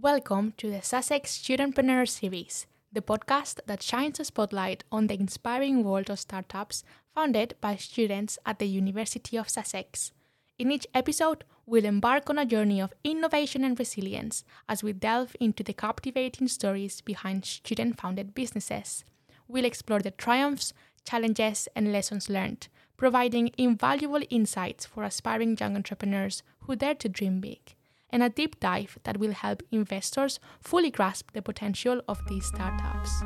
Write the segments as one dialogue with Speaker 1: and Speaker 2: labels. Speaker 1: Welcome to the Sussex Studentpreneur Series, the podcast that shines a spotlight on the inspiring world of startups founded by students at the University of Sussex. In each episode, we'll embark on a journey of innovation and resilience as we delve into the captivating stories behind student founded businesses. We'll explore the triumphs, challenges, and lessons learned, providing invaluable insights for aspiring young entrepreneurs who dare to dream big, and a deep dive that will help investors fully grasp the potential of these startups.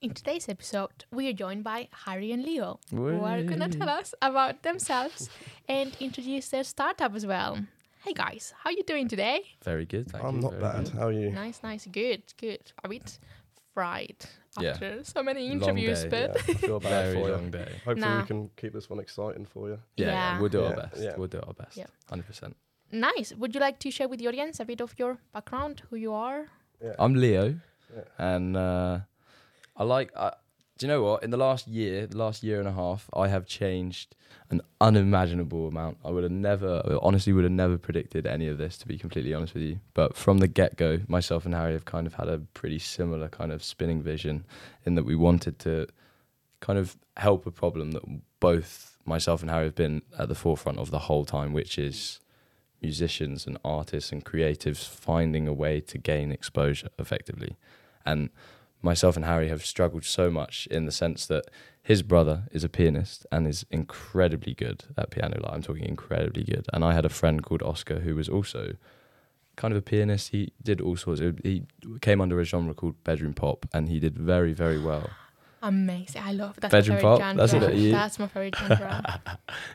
Speaker 1: In today's episode, we are joined by Harry and Leo, who are going to tell us about themselves and introduce their startup as well. Hey guys, how you doing today?
Speaker 2: Very good. Thank
Speaker 3: I'm
Speaker 2: you,
Speaker 3: not
Speaker 2: very
Speaker 3: bad.
Speaker 2: good.
Speaker 3: How are you?
Speaker 1: Nice, nice, good, good. A bit fried
Speaker 2: Yeah.
Speaker 1: after so many
Speaker 2: Long
Speaker 1: interviews,
Speaker 2: day,
Speaker 1: but
Speaker 3: I feel bad
Speaker 2: Very
Speaker 3: for
Speaker 2: long
Speaker 3: you.
Speaker 2: day.
Speaker 3: Hopefully
Speaker 1: Nah.
Speaker 3: we can keep this one exciting for you.
Speaker 2: Yeah,
Speaker 1: Yeah.
Speaker 2: yeah, we'll do our
Speaker 3: Yeah,
Speaker 2: best.
Speaker 3: yeah.
Speaker 2: We'll do our best.
Speaker 1: Yeah.
Speaker 2: Hundred percent.
Speaker 1: nice. Would you like to share with the audience a bit of your background, who you are?
Speaker 3: Yeah.
Speaker 2: I'm Leo,
Speaker 3: Yeah.
Speaker 2: and uh, I like. I, do you know what? In the last year, the last year and a half, I have changed an unimaginable amount. I would have never, I honestly, would have never predicted any of this. To be completely honest with you, but from the get go, myself and Harry have kind of had a pretty similar kind of spinning vision, in that we wanted to kind of help a problem that both myself and Harry have been at the forefront of the whole time, which is musicians and artists and creatives finding a way to gain exposure effectively. And myself and Harry have struggled so much in the sense that his brother is a pianist and is incredibly good at piano. Like I'm talking incredibly good. And I had a friend called Oscar who was also kind of a pianist. He did all sorts. Of, he came under a genre called bedroom pop, and he did very very well.
Speaker 1: Amazing. I love that's
Speaker 2: Bedroom
Speaker 1: my favorite
Speaker 2: pop,
Speaker 1: genre.
Speaker 2: that's what it is.
Speaker 1: That's my favorite genre.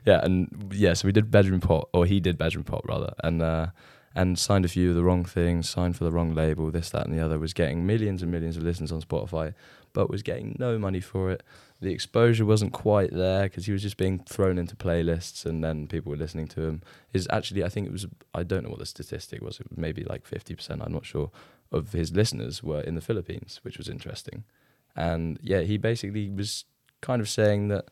Speaker 2: yeah, and yeah, so we did bedroom pop, or he did bedroom pop rather, and uh, and signed a few of the wrong things, signed for the wrong label, this, that, and the other. Was getting millions and millions of listens on Spotify, but was getting no money for it. The exposure wasn't quite there because he was just being thrown into playlists, and then people were listening to him. Is actually, I think it was, I don't know what the statistic was, it was maybe like fifty percent. I'm not sure of his listeners were in the Philippines, which was interesting. And yeah, he basically was kind of saying that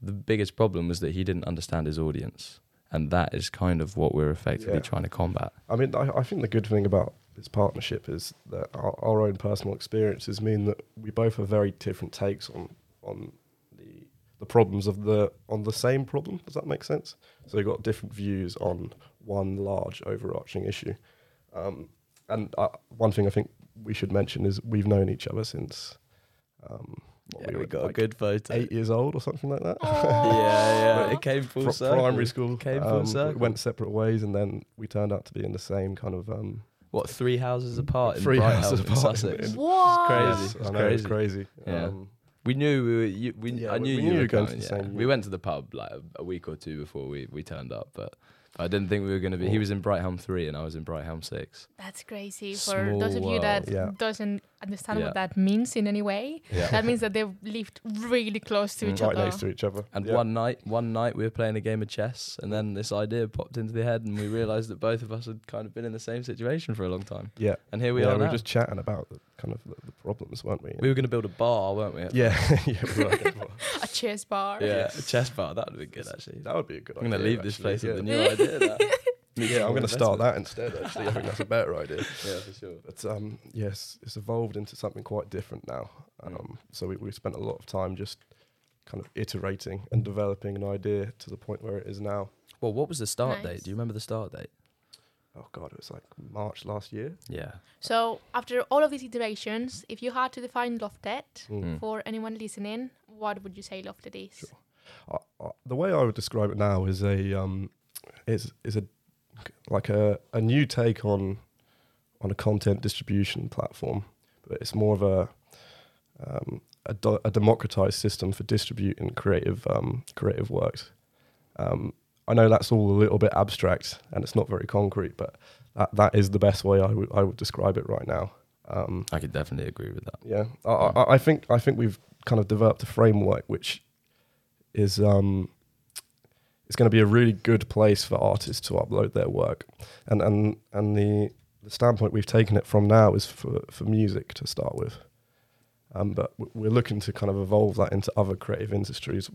Speaker 2: the biggest problem was that he didn't understand his audience. And that is kind of what we're effectively
Speaker 3: Yeah.
Speaker 2: trying to combat.
Speaker 3: I mean, I, I think the good thing about this partnership is that our, our own personal experiences mean that we both have very different takes on on the the problems of the on the same problem. Does that make sense? So you've got different views on one large overarching issue. Um, and uh, one thing I think we should mention is we've known each other since um, what we were like
Speaker 2: good photo.
Speaker 3: eight years old or something like that.
Speaker 2: Yeah, yeah.
Speaker 1: Aww.
Speaker 2: It came full
Speaker 3: Fr-
Speaker 2: circle.
Speaker 3: primary school.
Speaker 2: Came full
Speaker 3: um, we
Speaker 2: circle.
Speaker 3: Went separate ways, and then we turned out to be in the same kind of. Um,
Speaker 2: What, three houses apart in
Speaker 3: Three
Speaker 2: Brighton,
Speaker 3: houses
Speaker 2: in
Speaker 3: apart in-
Speaker 2: Sussex?
Speaker 3: in-
Speaker 1: Whoa.
Speaker 2: crazy.
Speaker 3: yes,
Speaker 2: It's
Speaker 3: I know, it's
Speaker 2: crazy.
Speaker 3: crazy.
Speaker 2: Yeah.
Speaker 3: Um,
Speaker 2: We knew we were. You, we,
Speaker 3: Yeah,
Speaker 2: I
Speaker 3: we-
Speaker 2: knew you
Speaker 3: we knew
Speaker 2: were
Speaker 3: you were going to
Speaker 2: coming,
Speaker 3: the
Speaker 2: yeah.
Speaker 3: same
Speaker 2: We
Speaker 3: year.
Speaker 2: went to the pub like a, a week or two before we, we turned up, but I didn't think we were going to be. He was in Brighthelm three, and I was in Brighthelm six.
Speaker 1: That's crazy. For those of
Speaker 2: Small
Speaker 1: you that
Speaker 3: world. Yeah.
Speaker 1: doesn't understand
Speaker 2: Yeah.
Speaker 1: what that means in any way,
Speaker 2: Yeah.
Speaker 1: that means that they've lived really close to
Speaker 2: Mm.
Speaker 1: each
Speaker 3: right
Speaker 1: other.
Speaker 3: next to each other.
Speaker 2: And
Speaker 3: Yeah.
Speaker 2: one night, one night we were playing a game of chess, and then this idea popped into the head, and we realised that both of us had kind of been in the same situation for a long time.
Speaker 3: Yeah.
Speaker 2: And here we
Speaker 3: yeah,
Speaker 2: are.
Speaker 3: we were
Speaker 2: now.
Speaker 3: just chatting about the kind of the, the problems, weren't we?
Speaker 2: we were going to build a bar, weren't we?
Speaker 3: yeah. yeah we were.
Speaker 1: A cheers bar.
Speaker 2: yeah, a chess bar. That would be good actually.
Speaker 3: that would be a good
Speaker 2: I'm
Speaker 3: idea.
Speaker 2: going to leave this
Speaker 3: actually,
Speaker 2: place
Speaker 3: yeah.
Speaker 2: with a new idea. That.
Speaker 3: Yeah, I'm going to start that instead, actually. I think that's a better idea.
Speaker 2: Yeah, for sure.
Speaker 3: But um, yes, it's evolved into something quite different now.
Speaker 2: Mm.
Speaker 3: Um, so we, we spent a lot of time just kind of iterating and developing an idea to the point where it is now.
Speaker 2: Well, what was the start
Speaker 1: Nice.
Speaker 2: date? Do you remember the start date?
Speaker 3: Oh God, it was like March last year.
Speaker 2: Yeah.
Speaker 1: So after all of these iterations, if you had to define Lofted
Speaker 2: Mm.
Speaker 1: for anyone listening, what would you say Lofted is?
Speaker 3: I, I, the way I would describe it now is a um, is is a like a, a new take on on a content distribution platform, but it's more of a um, a, do- a democratized system for distributing creative um, creative works. Um, I know that's all a little bit abstract and it's not very concrete, but that, that is the best way I would I would describe it right now. Um,
Speaker 2: I could definitely agree with that.
Speaker 3: yeah, I, I, I think I think we've kind of developed a framework which is um, it's going to be a really good place for artists to upload their work, and and and the the standpoint we've taken it from now is for for music to start with. Um, but w- we're looking to kind of evolve that into other creative industries.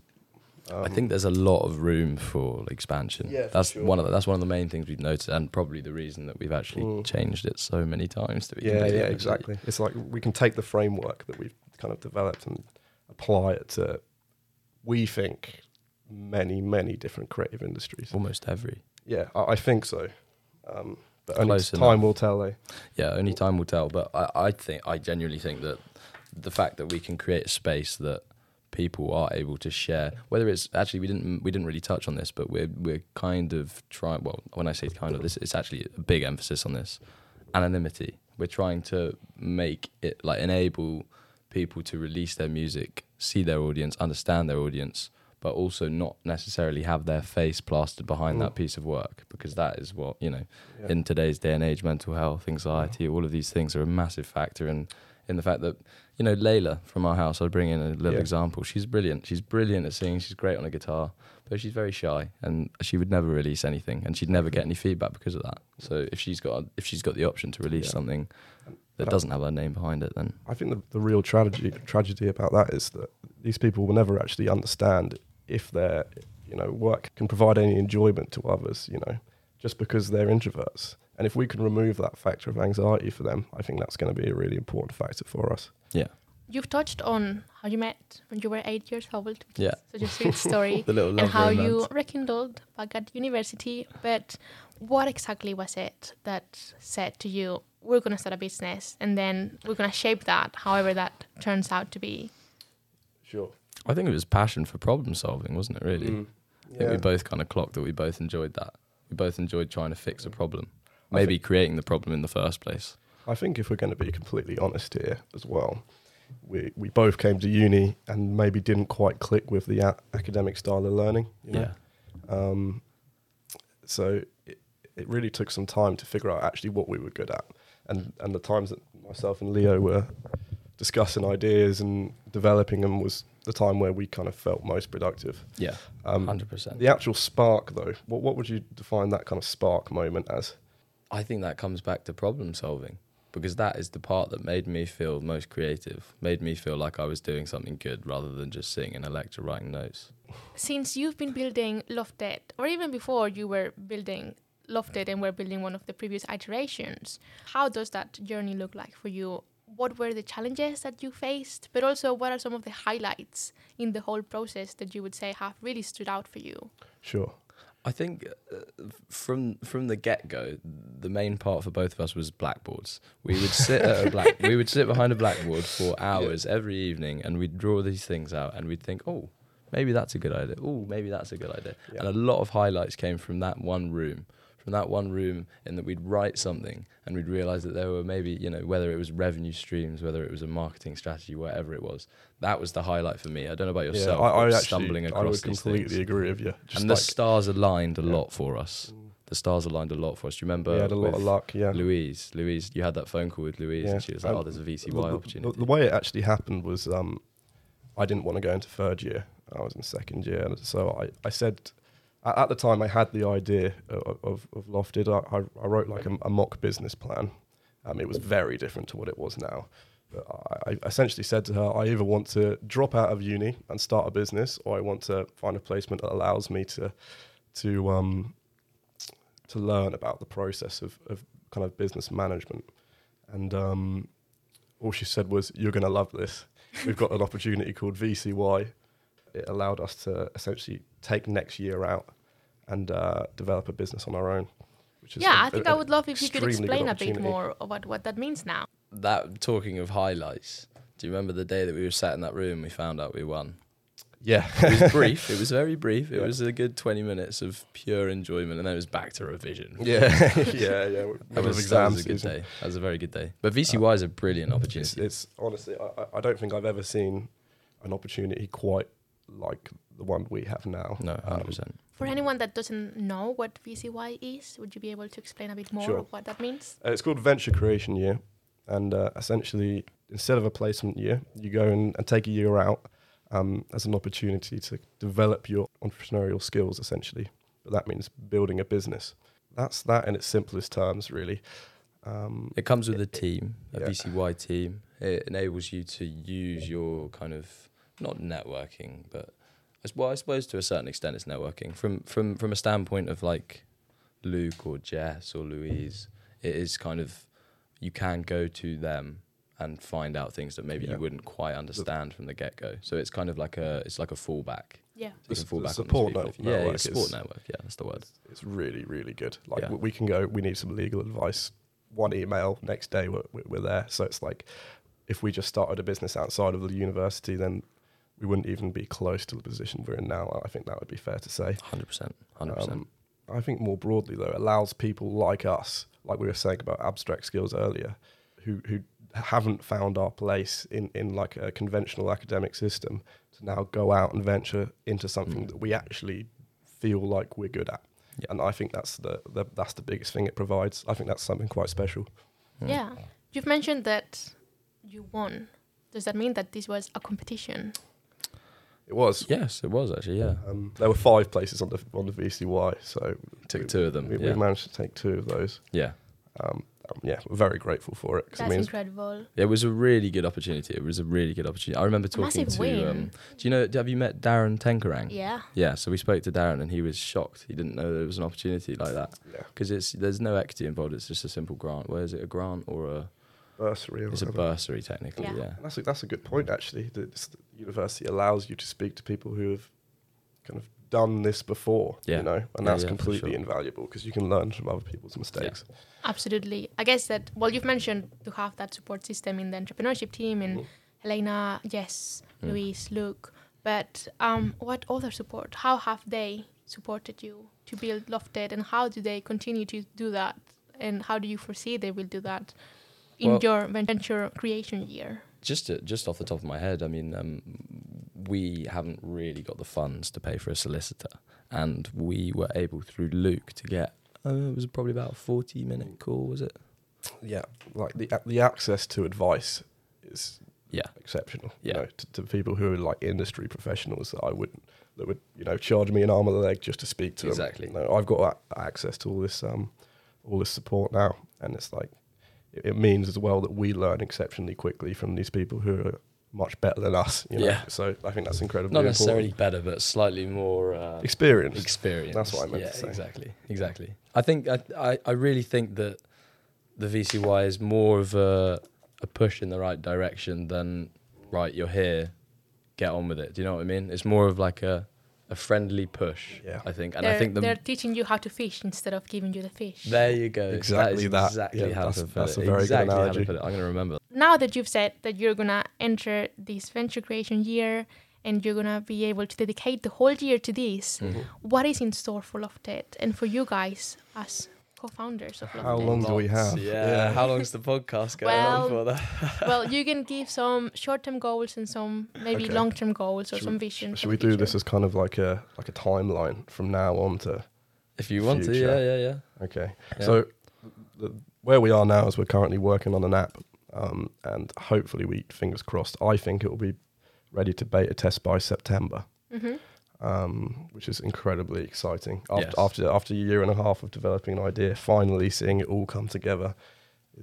Speaker 3: Um,
Speaker 2: I think there's a lot of room for expansion.
Speaker 3: Yeah, for
Speaker 2: that's
Speaker 3: sure.
Speaker 2: one of the, that's one of the main things we've noticed, and probably the reason that we've actually
Speaker 3: Mm.
Speaker 2: changed it so many times. To be
Speaker 3: yeah,
Speaker 2: completely
Speaker 3: yeah,
Speaker 2: honest with you.
Speaker 3: exactly. It's like we can take the framework that we've kind of developed and apply it to, we think, many, many different creative industries.
Speaker 2: Almost every.
Speaker 3: Yeah, I, I think so. Um, but only
Speaker 2: Close
Speaker 3: time
Speaker 2: enough.
Speaker 3: will tell. Eh?
Speaker 2: Yeah, only time will tell. But I, I think I genuinely think that the fact that we can create a space that people are able to share, whether it's actually we didn't we didn't really touch on this, but we're we're kind of trying. Well, when I say kind of, this it's actually a big emphasis on this anonymity. We're trying to make it like enable people to release their music, see their audience, understand their audience, but also not necessarily have their face plastered behind that piece of work because that is what you know
Speaker 3: Yeah.
Speaker 2: in today's day and age, mental health, anxiety, all of these things are a massive factor in in the fact that you know Layla from our house. I'll bring in a little
Speaker 3: Yeah.
Speaker 2: example. She's brilliant. She's brilliant at singing. She's great on a guitar, but she's very shy, and she would never release anything, and she'd never get any feedback because of that. So if she's got if she's got the option to release
Speaker 3: Yeah.
Speaker 2: something that
Speaker 3: But I-
Speaker 2: doesn't have her name behind it, then
Speaker 3: I think the, the real tragedy tragedy about that is that these people will never actually understand if their you know work can provide any enjoyment to others. You know, just because they're introverts. And if we can remove that factor of anxiety for them, I think that's going to be a really important factor for us.
Speaker 2: yeah,
Speaker 1: You've touched on how you met when you were eight years old.
Speaker 2: yeah,
Speaker 1: So your sweet story.
Speaker 2: the little love
Speaker 1: and how you
Speaker 2: romance.
Speaker 1: rekindled back at university. But what exactly was it that said to you, we're going to start a business and then we're going to shape that, however that turns out to be?
Speaker 3: Sure.
Speaker 2: I think it was passion for problem solving, wasn't it?
Speaker 3: Mm,
Speaker 2: Really, I think we both kind of clocked that we both enjoyed that. We both enjoyed trying to fix a problem,
Speaker 3: I
Speaker 2: maybe creating the problem in the first place.
Speaker 3: I think if we're going to be completely honest here as well, we, we both came to uni and maybe didn't quite click with the a- academic style of learning. you know?
Speaker 2: Yeah.
Speaker 3: Um, so it, it really took some time to figure out actually what we were good at. And, and the times that myself and Leo were discussing ideas and developing them was the time where we kind of felt most productive.
Speaker 2: Yeah.
Speaker 3: Um,
Speaker 2: Hundred percent.
Speaker 3: the actual spark, though, what, what would you define that kind of spark moment as?
Speaker 2: I think that comes back to problem solving because that is the part that made me feel most creative, made me feel like I was doing something good rather than just sitting in a lecture writing notes.
Speaker 1: Since you've been building Lofted, or even before you were building Lofted and were building one of the previous iterations, how does that journey look like for you? What were the challenges that you faced? But also, what are some of the highlights in the whole process that you would say have really stood out for you?
Speaker 3: Sure.
Speaker 2: I think uh, from from the get go, the main part for both of us was blackboards. We would sit at a black, we would sit behind a blackboard for hours every evening, and we'd draw these things out, and we'd think, oh, maybe that's a good idea. Oh, maybe that's a good idea.
Speaker 3: Yeah.
Speaker 2: And a lot of highlights came from that one room, from that one room, in that we'd write something, and we'd realize that there were maybe you know whether it was revenue streams, whether it was a marketing strategy, whatever it was. That was the highlight for me. I don't know about yourself.
Speaker 3: I, I
Speaker 2: but
Speaker 3: actually,
Speaker 2: stumbling across
Speaker 3: I would
Speaker 2: these
Speaker 3: completely
Speaker 2: things
Speaker 3: agree with you. Just
Speaker 2: and
Speaker 3: like,
Speaker 2: the stars aligned a
Speaker 3: Yeah.
Speaker 2: lot for us. The stars aligned a lot for us. Do you remember?
Speaker 3: we had a lot of
Speaker 2: with
Speaker 3: luck. Yeah,
Speaker 2: Louise, Louise, you had that phone call with Louise,
Speaker 3: Yeah.
Speaker 2: and she was like,
Speaker 3: Um,
Speaker 2: "Oh, there's a VCY
Speaker 3: the, the-
Speaker 2: opportunity."
Speaker 3: The, the way it actually happened was um, I didn't want to go into third year. I was in second year, and so I, I said at, at the time I had the idea of, of, of Lofted. I, I, I wrote like a, a mock business plan. Um, it was very different to what it was now. But I, I essentially said to her, I either want to drop out of uni and start a business, or I want to find a placement that allows me to to um, to learn about the process of, of kind of business management. And um, all she said was, "You're going to love this. We've got an opportunity called VCY. It allowed us to essentially take next year out and uh, develop a business on our own." Which
Speaker 1: Yeah,
Speaker 3: I
Speaker 1: I think I would love if you could
Speaker 3: extremely good
Speaker 1: explain a bit
Speaker 3: opportunity.
Speaker 1: more about what that means now.
Speaker 2: that talking of highlights, do you remember the day that we were sat in that room? and We found out we won.
Speaker 3: Yeah,
Speaker 2: It was brief. it was very brief. It
Speaker 3: Yeah.
Speaker 2: was a good 20 minutes of pure enjoyment, and then it was back to revision.
Speaker 3: yeah, yeah, yeah.
Speaker 2: That was, that was a good day. That was a very good day. But VCY is a brilliant
Speaker 3: Uh, It's,
Speaker 2: opportunity.
Speaker 3: it's honestly, I, I- I don't think I've ever seen an opportunity quite like the one we have now.
Speaker 2: No,
Speaker 3: Um,
Speaker 2: 100. percent
Speaker 1: For anyone that doesn't know what VCY is, would you be able to explain a bit more
Speaker 3: Sure.
Speaker 1: of what that means?
Speaker 3: Uh, It's called Venture Creation Year, and uh, essentially, instead of a placement year, you go and, and take a year out um, as an opportunity to develop your entrepreneurial skills. Essentially, but that means building a business. That's that in its simplest terms, really. Um,
Speaker 2: It comes with a team, a
Speaker 3: Yeah.
Speaker 2: VCY team. it enables you to use your kind of not networking, but as well, I suppose to a certain extent it's networking from from from a standpoint of like Luke or Jess or Louise. It is kind of you can go to them and find out things that maybe
Speaker 3: Yeah.
Speaker 2: you wouldn't quite understand from the get go. So it's kind of like a it's like a fallback.
Speaker 1: Yeah.
Speaker 2: So you
Speaker 3: The
Speaker 2: can fall
Speaker 3: s-
Speaker 2: back
Speaker 3: the
Speaker 2: on these
Speaker 3: support
Speaker 2: people
Speaker 3: net-
Speaker 2: if you- yeah, yeah,
Speaker 3: network
Speaker 2: support
Speaker 3: is-
Speaker 2: network. Yeah, that's the word.
Speaker 3: It's really, really good. Like
Speaker 2: Yeah.
Speaker 3: we- we can go. We need some legal advice. One email next day, we're, we're- we're there. So it's like, if we just started a business outside of the university, then we wouldn't even be close to the position we're in now. I think that would be fair to say.
Speaker 2: Hundred percent. Hundred percent.
Speaker 3: Um, I think more broadly though, it allows people like us, like we were saying about abstract skills earlier, who who haven't found our place in in like a conventional academic system, to now go out and venture into something
Speaker 2: Mm.
Speaker 3: that we actually feel like we're good at.
Speaker 2: Yeah.
Speaker 3: And I think that's the, the that's the biggest thing it provides. I think that's something quite special.
Speaker 1: Yeah. You've mentioned that you won. Does that mean that this was a competition?
Speaker 3: It was.
Speaker 2: Yes, it was actually. Yeah.
Speaker 3: Um, there were five places on the on the VCY, so
Speaker 2: Took
Speaker 3: we-
Speaker 2: two of them.
Speaker 3: we,
Speaker 2: yeah.
Speaker 3: we managed to take two of those.
Speaker 2: yeah.
Speaker 3: Um, um, yeah, we're very grateful for it. 'cause
Speaker 1: That's
Speaker 3: it means
Speaker 1: incredible.
Speaker 2: It was a really good opportunity. It was a really good opportunity. I remember
Speaker 1: A
Speaker 2: talking
Speaker 1: massive win.
Speaker 2: to. Um, do you know? Have you met Darren Tenkerang?
Speaker 1: yeah.
Speaker 2: Yeah. So we spoke to Darren, and he was shocked. He didn't know there was an opportunity like that
Speaker 3: yeah,
Speaker 2: because it's there's no equity involved. It's just a simple grant. Where is it? A grant or a?
Speaker 3: bursary. Or
Speaker 2: It's a
Speaker 3: whatever.
Speaker 2: bursary technically.
Speaker 1: Yeah.
Speaker 2: Yeah.
Speaker 3: And That's a, that's a good point, actually. That it's- the university allows you to speak to people who have kind of done this before,
Speaker 2: Yeah.
Speaker 3: you know, and
Speaker 2: Yeah,
Speaker 3: that's
Speaker 2: yeah, for
Speaker 3: completely
Speaker 2: sure.
Speaker 3: invaluable because you can learn from other people's mistakes.
Speaker 1: Absolutely. I guess that, well, you've mentioned to have that support system in the entrepreneurship team
Speaker 2: Mm-hmm.
Speaker 1: in
Speaker 3: Mhm.
Speaker 1: Helena, Jess,
Speaker 2: Mm.
Speaker 1: Luis, Luke, but um, what other support? How have they supported you to build Lofted and how do they continue to do that? And how do you foresee they will do that in
Speaker 2: Well-
Speaker 1: your venture creation year?
Speaker 2: just to, just off the top of my head, I mean, um, we haven't really got the funds to pay for a solicitor, and we were able through Luke to get. Uh, it was probably about a forty-minute call, was it?
Speaker 3: Yeah, like the the access to advice is
Speaker 2: Yeah.
Speaker 3: exceptional.
Speaker 2: Yeah.
Speaker 3: you know, to, to people who are like industry professionals that I wouldn't that would you know charge me an arm and a leg just to speak to 'em.
Speaker 2: Exactly.
Speaker 3: You know, I've got a- access to all this um all this support now, and it's like it, it means as well that we learn exceptionally quickly from these people who are much better than us. You know?
Speaker 2: Yeah.
Speaker 3: So I think that's incredibly
Speaker 2: Not
Speaker 3: important.
Speaker 2: necessarily better, but slightly more uh,
Speaker 3: experience.
Speaker 2: experience.
Speaker 3: That's what I meant
Speaker 2: yeah,
Speaker 3: to say.
Speaker 2: Exactly, exactly. I think I, I, I really think that the VCY is more of a a push in the right direction than right. You're here, get on with it. Do you know what I mean? It's more of like a a friendly push.
Speaker 3: Yeah.
Speaker 2: I think, and
Speaker 1: they're,
Speaker 2: I think the
Speaker 1: they're teaching you how to fish instead of giving you the fish.
Speaker 2: There you go.
Speaker 3: Exactly
Speaker 2: is
Speaker 3: that.
Speaker 2: Exactly
Speaker 3: Yeah,
Speaker 2: how
Speaker 3: that's-
Speaker 2: to put
Speaker 3: that's
Speaker 2: it.
Speaker 3: a very good
Speaker 2: exactly how to
Speaker 3: analogy.
Speaker 2: put it. I'm going to remember.
Speaker 1: now that you've said that you're gonna enter this venture creation year and you're gonna be able to dedicate the whole year to this, what is in store for Lofted and for you guys as co-founders of Lofted?
Speaker 3: How long do we have?
Speaker 2: Yeah. How long's the podcast going
Speaker 1: Well,
Speaker 2: on for? That?
Speaker 1: well, you can give some short-term goals and some maybe
Speaker 3: Okay.
Speaker 1: long-term goals or
Speaker 3: Should
Speaker 1: some
Speaker 3: we-
Speaker 1: vision.
Speaker 3: Should we do this as kind of like a like a timeline from now on to
Speaker 2: If you want to,
Speaker 3: Future.
Speaker 2: yeah, yeah, yeah.
Speaker 3: Okay.
Speaker 2: Yeah.
Speaker 3: So, the, where we are now is we're currently working on an app, um, and hopefully, we fingers crossed. I think it will be ready to beta test by September,
Speaker 1: hmm
Speaker 3: um, which is incredibly exciting. After,
Speaker 2: Yes.
Speaker 3: after after a year and a half of developing an idea, finally seeing it all come together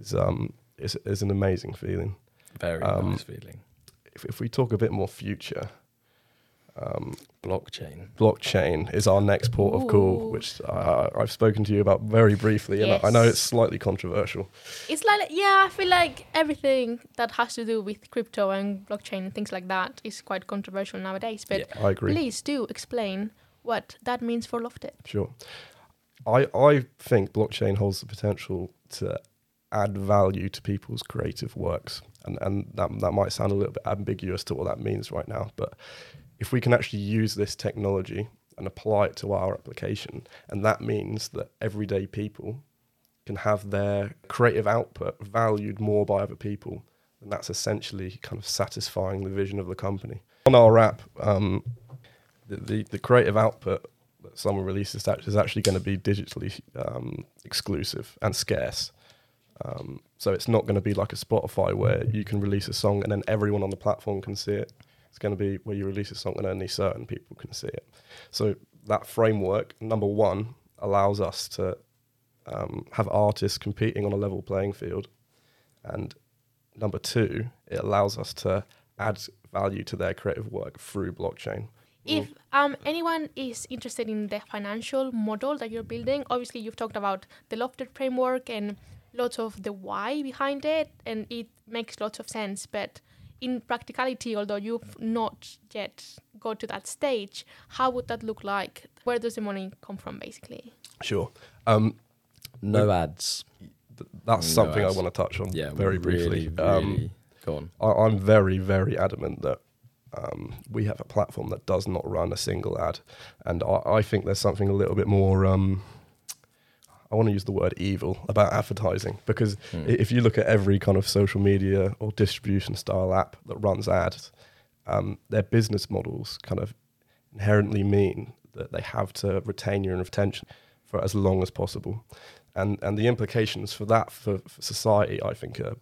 Speaker 3: is um is is an amazing feeling.
Speaker 2: Very
Speaker 3: Um,
Speaker 2: nice feeling.
Speaker 3: If, if we talk a bit more future. Um,
Speaker 2: Blockchain.
Speaker 3: blockchain is our next port of call,
Speaker 1: Ooh.
Speaker 3: which I, I've spoken to you about very briefly, and I- I know
Speaker 1: Yes.
Speaker 3: it's slightly controversial.
Speaker 1: It's like yeah, I feel like everything that has to do with crypto and blockchain and things like that is quite controversial nowadays. But
Speaker 2: Yeah.
Speaker 3: I agree.
Speaker 1: please do explain what that means for Lofted.
Speaker 3: Sure. I I think blockchain holds the potential to add value to people's creative works. And and that that might sound a little bit ambiguous to what that means right now, but if we can actually use this technology and apply it to our application, and that means that everyday people can have their creative output valued more by other people, and that's essentially kind of satisfying the vision of the company. On our app, um, the, the, the creative output that someone releases that is actually going to be digitally um, exclusive and scarce. Um, so it's not going to be like a Spotify where you can release a song and then everyone on the platform can see it. It's going to be where you release a song and only certain people can see it. So that framework, number one, allows us to um, have artists competing on a level playing field and number two, it allows us to add value to their creative work through blockchain.
Speaker 1: If um, anyone is interested in the financial model that you're building, obviously you've talked about the Lofted framework and lots of the why behind it, and it makes lots of sense. But in practicality, although you've not yet got to that stage, how would that look like? Where does the money come from, basically?
Speaker 3: Sure. Um,
Speaker 2: No ads.
Speaker 3: th- that's
Speaker 2: No,
Speaker 3: something I
Speaker 2: that's-
Speaker 3: want to touch on
Speaker 2: Mm, Yeah,
Speaker 3: very briefly.
Speaker 2: Really,
Speaker 3: Um,
Speaker 2: really- go on.
Speaker 3: I, I'm very, very adamant that um, we have a platform that does not run a single ad. And I, I think there's something a little bit more, um, I want to use the word evil about advertising because i if you look at every kind of social media or distribution style app that runs ads, um, their business models kind of inherently mean that they have to retain your attention for as long as possible. And, and the implications for that for, for society, I think, are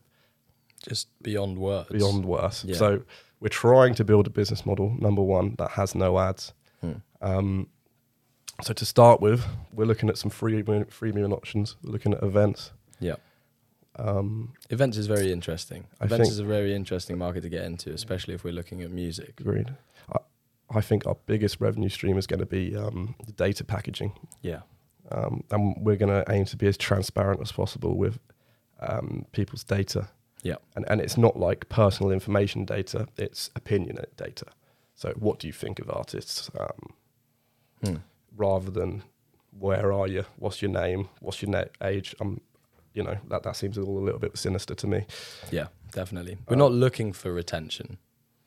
Speaker 2: Just beyond words.
Speaker 3: beyond worse.
Speaker 2: Yeah.
Speaker 3: So we're trying to build a business model, number one, that has no ads.
Speaker 2: Hmm.
Speaker 3: Um, so to start with, we're looking at some free freemium options. We're looking at events.
Speaker 2: Yeah.
Speaker 3: Um,
Speaker 2: Events is very interesting.
Speaker 3: I
Speaker 2: Events
Speaker 3: think-
Speaker 2: is a very interesting market to get into, especially if we're looking at music.
Speaker 3: agreed. I, I think our biggest revenue stream is going to be um, the data packaging,
Speaker 2: Yeah.
Speaker 3: um, and we're going to aim to be as transparent as possible with um, people's data.
Speaker 2: Yeah.
Speaker 3: and and it's not like personal information data; it's opinion data. So, what do you think of artists? Um,
Speaker 2: Hmm.
Speaker 3: rather than where are you, what's your name, what's your net age. Um, you know that that seems all a little bit sinister to me.
Speaker 2: Yeah, definitely.
Speaker 3: Uh,
Speaker 2: We're not looking for retention.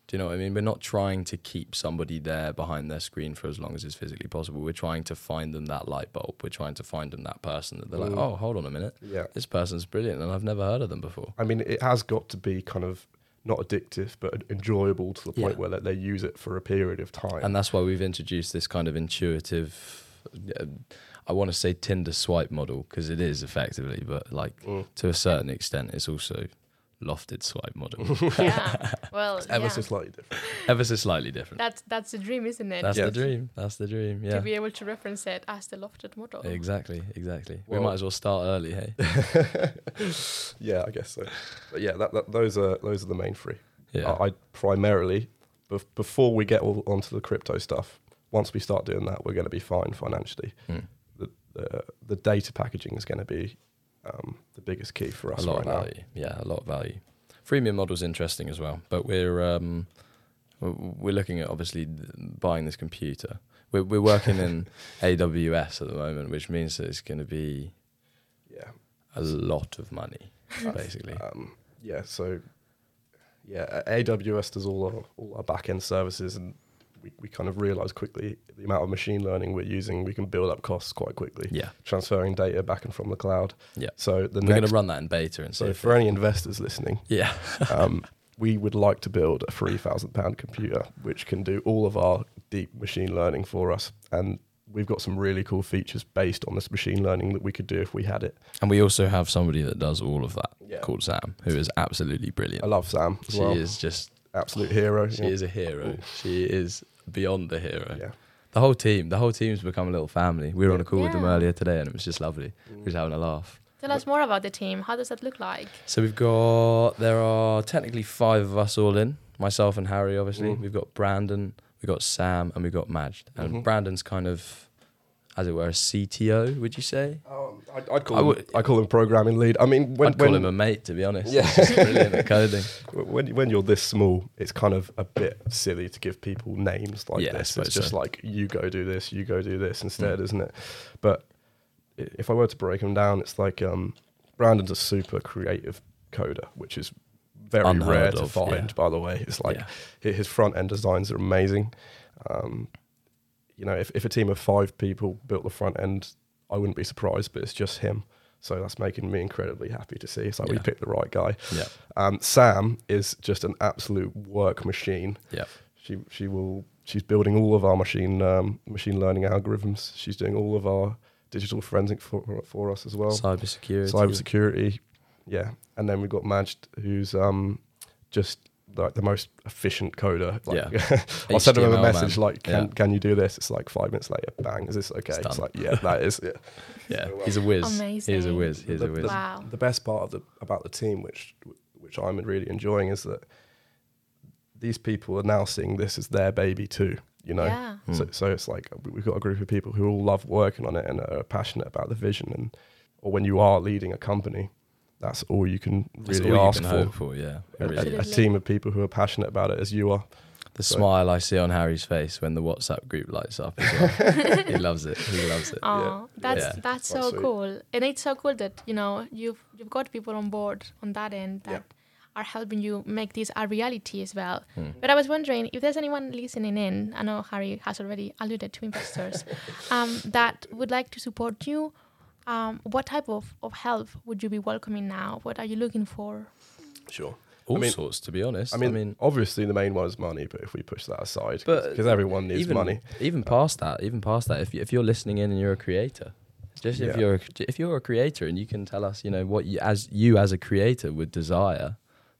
Speaker 2: Do you know what I mean? We're not trying to keep somebody there behind their screen for as long as is physically possible. We're trying to find them that light bulb. We're trying to find them that person that they're like,
Speaker 3: Mm.
Speaker 2: oh, hold on a minute.
Speaker 3: Yeah,
Speaker 2: This person's brilliant and I've never heard of them before.
Speaker 3: I mean it has got to be kind of not addictive, but enjoyable to the point
Speaker 2: Yeah.
Speaker 3: where they, they use it for a period of time.
Speaker 2: And that's why we've introduced this kind of intuitive, uh, I want to say Tinder swipe model, because it is effectively, but like
Speaker 3: Mm.
Speaker 2: to a certain extent, it's also lofted swipe model.
Speaker 1: yeah. Well,
Speaker 3: Ever
Speaker 1: yeah.
Speaker 3: so slightly different.
Speaker 2: Ever so slightly different.
Speaker 1: that's that's the dream, isn't it?
Speaker 2: That's
Speaker 3: Yeah.
Speaker 2: the dream. That's the dream. Yeah.
Speaker 1: To be able to reference it as the Lofted model.
Speaker 2: Exactly, exactly. we
Speaker 3: Well-
Speaker 2: might as well start early, hey?
Speaker 3: yeah, I guess so. But yeah, that, that, those are those are the main three.
Speaker 2: Yeah.
Speaker 3: I, I primarily, bef- before we get all onto the crypto stuff, once we start doing that, we're going to be fine financially.
Speaker 2: Mm.
Speaker 3: The, the the data packaging is going to be um, the biggest key for
Speaker 2: A
Speaker 3: us
Speaker 2: lot
Speaker 3: right
Speaker 2: of
Speaker 3: now.
Speaker 2: value. Yeah, a lot of value. Freemium model's interesting as well, but we're um, w- we're looking at obviously th- buying this computer. We're, we're working in AWS at the moment, which means that it's going to be
Speaker 3: Yeah,
Speaker 2: a lot of money, basically.
Speaker 3: um, yeah. So yeah, A- AWS does all our, all our back end services, and we, we kind of realize quickly the amount of machine learning we're using. We can build up costs quite quickly,
Speaker 2: Yeah,
Speaker 3: transferring data back and from the cloud.
Speaker 2: yeah.
Speaker 3: So the
Speaker 2: We're going
Speaker 3: next.
Speaker 2: to run that in beta and see.
Speaker 3: so
Speaker 2: if
Speaker 3: for
Speaker 2: it-
Speaker 3: any investors listening,
Speaker 2: yeah,
Speaker 3: um, we would like to build a 3,000 pound computer which can do all of our deep machine learning for us. And we've got some really cool features based on this machine learning that we could do if we had it.
Speaker 2: and we also have somebody that does all of that
Speaker 3: Yeah.
Speaker 2: called Sam, who is absolutely
Speaker 3: I
Speaker 2: brilliant.
Speaker 3: love Sam as
Speaker 2: She
Speaker 3: well.
Speaker 2: is just
Speaker 3: Absolute hero.
Speaker 2: she
Speaker 3: yeah.
Speaker 2: is a hero. She is beyond a hero.
Speaker 3: Yeah.
Speaker 2: The whole team, the whole team's become a little family. We were on a call with them
Speaker 1: Yeah.
Speaker 2: earlier today, and it was just lovely. We was having a laugh.
Speaker 1: Tell us more about the team. How does that look like?
Speaker 2: So we've got there are technically five of us all in. Myself and Harry, obviously.
Speaker 3: Mm.
Speaker 2: We've got Brandon, we've got Sam, and we've got Majd. And
Speaker 3: Mhm.
Speaker 2: Brandon's kind of, as it were, a CTO. Would you say?
Speaker 3: Um, I'd, I'd call
Speaker 2: I
Speaker 3: him,
Speaker 2: would-
Speaker 3: I call him programming lead. I mean, when
Speaker 2: I'd call him
Speaker 3: when,
Speaker 2: a mate, to be honest.
Speaker 3: Yeah.
Speaker 2: He's just brilliant at coding.
Speaker 3: when when you're this small, it's kind of a bit silly to give people names like
Speaker 2: Yeah, I
Speaker 3: this.
Speaker 2: suppose
Speaker 3: It's just
Speaker 2: so.
Speaker 3: like you go do this, you go do this instead,
Speaker 2: Mm.
Speaker 3: isn't it? But i- if I were to break them down, it's like um, Brandon's a super creative coder, which is very
Speaker 2: Unheard
Speaker 3: rare to
Speaker 2: of,
Speaker 3: find.
Speaker 2: yeah.
Speaker 3: By the way, it's like
Speaker 2: Yeah.
Speaker 3: hi- his front end designs are amazing. Um, you know, if, if a team of five people built the front end, I wouldn't be surprised. But it's just him. So that's making me incredibly happy to see. It's like we
Speaker 2: Yeah.
Speaker 3: picked the right guy.
Speaker 2: Yeah.
Speaker 3: Um, Sam is just an absolute work machine.
Speaker 2: Yeah.
Speaker 3: She she will she's building all of our machine um, machine learning algorithms. She's doing all of our digital forensic for, for us as well.
Speaker 2: Cybersecurity.
Speaker 3: Cybersecurity, yeah. And then we've got Majd, who's um, just like the most efficient coder. Like, yeah. I send him a
Speaker 2: HTML
Speaker 3: message
Speaker 2: man.
Speaker 3: like, "Can
Speaker 2: Yeah.
Speaker 3: can you do this?" It's like five minutes later, bang, is this okay?
Speaker 2: It's
Speaker 3: It's,
Speaker 2: done.
Speaker 3: like, yeah, that is. Yeah.
Speaker 2: Yeah.
Speaker 3: So, um,
Speaker 2: He's a whiz. He's a
Speaker 1: Amazing.
Speaker 2: whiz. He's a whiz.
Speaker 1: Wow.
Speaker 3: the best part of the about the team, which which I'm really enjoying, is that these people are now seeing this as their baby too. You know,
Speaker 1: Yeah.
Speaker 3: so,
Speaker 2: Mm.
Speaker 3: so it's like we- we've got a group of people who all love working on it and are passionate about the vision. And or when you are leading a company, that's all you can
Speaker 2: That's
Speaker 3: really
Speaker 2: all you
Speaker 3: ask
Speaker 2: can
Speaker 3: for.
Speaker 2: hope for, yeah. It
Speaker 3: A-
Speaker 2: really
Speaker 3: a, a
Speaker 2: is.
Speaker 1: Absolutely.
Speaker 3: team of people who are passionate about it as you are.
Speaker 2: The
Speaker 3: So-
Speaker 2: smile I see on Harry's face when the WhatsApp group lights up as well. he loves it. He loves it.
Speaker 1: Oh, that's
Speaker 2: Yeah.
Speaker 1: that's
Speaker 3: Quite
Speaker 1: so
Speaker 3: sweet.
Speaker 1: cool, and it's so cool that you know you've you've got people on board on that end that
Speaker 3: Yeah.
Speaker 1: are helping you make this a reality as well.
Speaker 2: Hmm.
Speaker 1: But I was wondering if there's anyone listening in. I know Harry has already alluded to investors um, that would like to support you. Um, what type of, of help would you be welcoming now? What are you looking for?
Speaker 3: Sure.
Speaker 2: All
Speaker 3: I mean-
Speaker 2: sorts, to be honest.
Speaker 3: I mean, obviously the main one is money, but if we push that aside,
Speaker 2: But
Speaker 3: because everyone needs
Speaker 2: even,
Speaker 3: money.
Speaker 2: Even past that, even past that, if, you, if you're listening in and you're a creator, just if
Speaker 3: Yeah.
Speaker 2: you're a, if you're a creator and you can tell us, you know, what you as you as a creator would desire,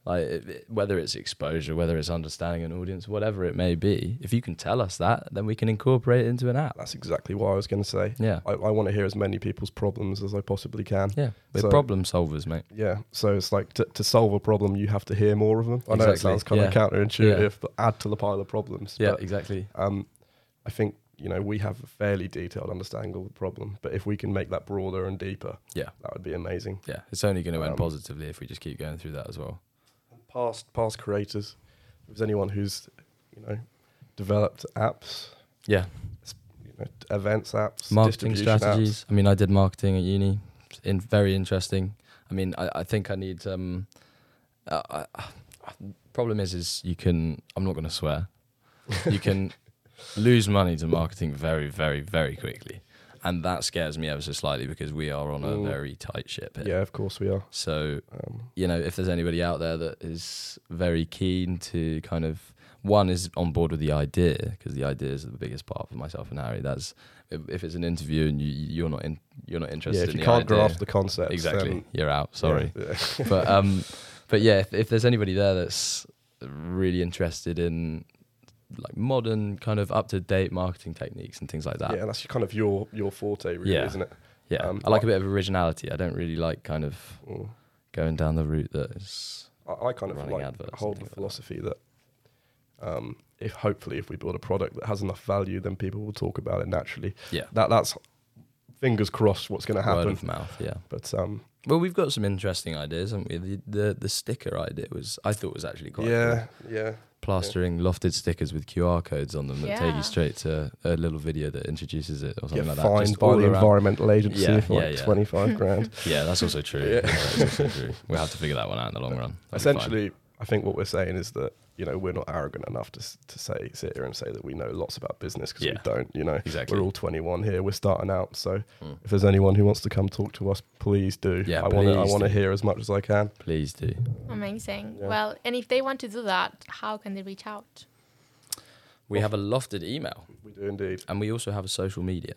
Speaker 2: like if it- whether it's exposure, whether it's understanding an audience, whatever it may be, if you can tell us that, then we can incorporate it into an app.
Speaker 3: That's exactly what I was going to say.
Speaker 2: Yeah,
Speaker 3: I, I want to hear as many people's problems as I possibly can.
Speaker 2: yeah, we're
Speaker 3: So-
Speaker 2: problem solvers, mate.
Speaker 3: Yeah. So it's like to, to solve a problem, you have to hear more of them. I know it
Speaker 2: Exactly,
Speaker 3: sounds kind of
Speaker 2: yeah.
Speaker 3: counterintuitive,
Speaker 2: Yeah.
Speaker 3: but add to the pile of problems.
Speaker 2: Yeah,
Speaker 3: But,
Speaker 2: exactly.
Speaker 3: um, I think you know we have a fairly detailed understanding of the problem, but if we can make that broader and deeper,
Speaker 2: Yeah.
Speaker 3: that would be amazing.
Speaker 2: Yeah, it's only going to end
Speaker 3: Um,
Speaker 2: positively if we just keep going through that as well.
Speaker 3: Past past creators, if there's anyone who's you know developed apps,
Speaker 2: Yeah,
Speaker 3: you know, events apps,
Speaker 2: marketing
Speaker 3: distribution
Speaker 2: strategies. I mean, I did marketing at uni. It's In very interesting. I mean, I, I think I need. Um, uh, I, I- problem is, is you can. I'm not going to swear. You can lose money to marketing very, very, very quickly, and that scares me ever so slightly because we are on a
Speaker 3: Mm.
Speaker 2: very tight ship
Speaker 3: Apps.
Speaker 2: here.
Speaker 3: Yeah, of course we are.
Speaker 2: So
Speaker 3: Um,
Speaker 2: you know, if there's anybody out there that is very keen to kind of one is on board with the idea because the idea is the biggest part for myself and Harry. That's if, if it's an interview and you you're not in you're not interested.
Speaker 3: yeah, if
Speaker 2: in
Speaker 3: you
Speaker 2: the
Speaker 3: can't
Speaker 2: idea,
Speaker 3: grasp the concept,
Speaker 2: exactly,
Speaker 3: then-
Speaker 2: you're out. Sorry,
Speaker 3: Yeah, yeah.
Speaker 2: but um, but yeah, if, if there's anybody there that's really interested in like modern kind of up to date marketing techniques and things like that.
Speaker 3: Yeah, that's kind of your your forte, really,
Speaker 2: Yeah.
Speaker 3: isn't it?
Speaker 2: Yeah,
Speaker 3: Um,
Speaker 2: I like a bit of originality. I don't really like kind of
Speaker 3: Mm.
Speaker 2: going down the route that is
Speaker 3: I, I kind of
Speaker 2: Running adverts
Speaker 3: like
Speaker 2: and
Speaker 3: hold the
Speaker 2: things like that.
Speaker 3: philosophy that um, if hopefully if we build a product that has enough value, then people will talk about it naturally.
Speaker 2: yeah
Speaker 3: That that's fingers crossed what's going to
Speaker 2: word
Speaker 3: happen.
Speaker 2: of mouth. Yeah.
Speaker 3: But um,
Speaker 2: Well, we've got some interesting ideas, haven't we? The the, the sticker idea was I thought was actually quite
Speaker 3: yeah,
Speaker 2: cool.
Speaker 3: yeah,
Speaker 2: plastering lofted stickers with QR codes on them that take
Speaker 1: Yeah.
Speaker 2: you straight to a little video that introduces it or something
Speaker 3: get
Speaker 2: like that.
Speaker 3: fined
Speaker 2: Just
Speaker 3: by
Speaker 2: all
Speaker 3: the
Speaker 2: around-
Speaker 3: environmental agency
Speaker 2: Yeah,
Speaker 3: for
Speaker 2: yeah,
Speaker 3: like
Speaker 2: yeah.
Speaker 3: twenty five grand.
Speaker 2: Yeah, that's also true.
Speaker 3: Yeah.
Speaker 2: Yeah, that's also true. We'll have to figure that one out in the long run. That'll be fine.
Speaker 3: Essentially, I think what we're saying is that you know we're not arrogant enough to s- to say sit here and say that we know lots about business because we
Speaker 2: Yeah.
Speaker 3: don't. You know,
Speaker 2: Exactly.
Speaker 3: We're all 21 here. We're starting out, so
Speaker 2: Mm.
Speaker 3: if there's anyone who wants to come talk to us, please do.
Speaker 2: Yeah,
Speaker 3: I want to. I
Speaker 2: please
Speaker 3: want to
Speaker 2: do.
Speaker 3: hear as much as I can.
Speaker 2: please do.
Speaker 1: Amazing.
Speaker 3: Yeah.
Speaker 1: Well, and if they want to do that, how can they reach out?
Speaker 2: We have a lofted email,
Speaker 3: We do indeed.
Speaker 2: and we also have a social media,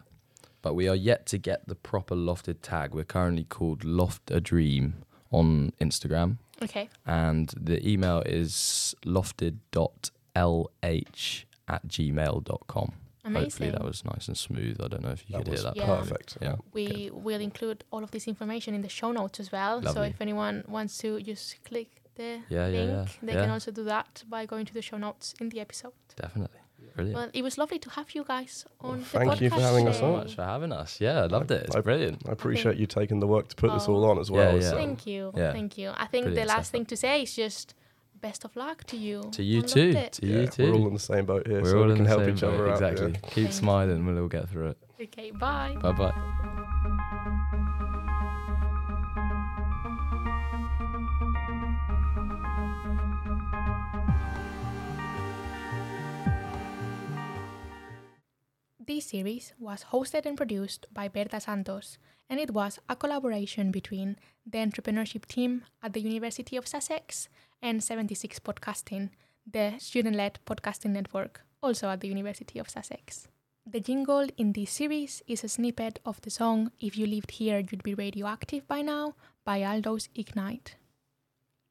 Speaker 2: but we are yet to get the proper lofted tag. We're currently called Loft a Dream on Instagram.
Speaker 1: Okay.
Speaker 2: and the email is lofted.lh at gmail.com. Hopefully
Speaker 1: Amazing.
Speaker 2: that was nice and smooth. I don't know if you
Speaker 3: That
Speaker 2: could hear
Speaker 3: was
Speaker 2: that.
Speaker 1: Yeah.
Speaker 3: perfect.
Speaker 2: Yeah.
Speaker 1: We will include all of this information in the show notes as well. So
Speaker 2: Lovely.
Speaker 1: if anyone wants to just click the
Speaker 2: Yeah, yeah,
Speaker 1: link,
Speaker 2: yeah,
Speaker 1: they
Speaker 2: yeah.
Speaker 1: can also do that by going to the show notes in the episode.
Speaker 2: Definitely. Brilliant.
Speaker 1: Well, it was lovely to have you guys on the podcast.
Speaker 3: thank you for having us
Speaker 2: Thank you so
Speaker 3: on.
Speaker 1: today.
Speaker 2: much for having us. Yeah, I loved it. It's
Speaker 3: I-
Speaker 2: brilliant.
Speaker 3: I appreciate you taking the work to put this
Speaker 1: Oh.
Speaker 3: all on as
Speaker 2: Yeah,
Speaker 3: well. um,
Speaker 2: yeah.
Speaker 3: so-
Speaker 1: Thank you.
Speaker 2: Yeah.
Speaker 1: Thank you. I think
Speaker 2: Brilliant
Speaker 1: the last
Speaker 2: stuff.
Speaker 1: thing to say is just best of luck to you.
Speaker 2: To you
Speaker 1: I loved
Speaker 2: too.
Speaker 1: it.
Speaker 2: To
Speaker 3: yeah,
Speaker 2: you too.
Speaker 3: We're all in the same boat here,
Speaker 2: We're
Speaker 3: so
Speaker 2: all
Speaker 3: we
Speaker 2: in
Speaker 3: can
Speaker 2: the
Speaker 3: help
Speaker 2: same
Speaker 3: each
Speaker 2: boat,
Speaker 3: other out. yeah.
Speaker 2: Exactly. Keep
Speaker 1: you.
Speaker 2: smiling. We'll all get through it.
Speaker 1: Okay, bye.
Speaker 2: Bye bye.
Speaker 1: This series was hosted and produced by Berta Santos, and it was a collaboration between the entrepreneurship team at the University of Sussex and 76 Podcasting, the student led podcasting network, also at the University of Sussex. The jingle in this series is a snippet of the song If You Lived Here, You'd Be Radioactive by Now by Aldous Ignite.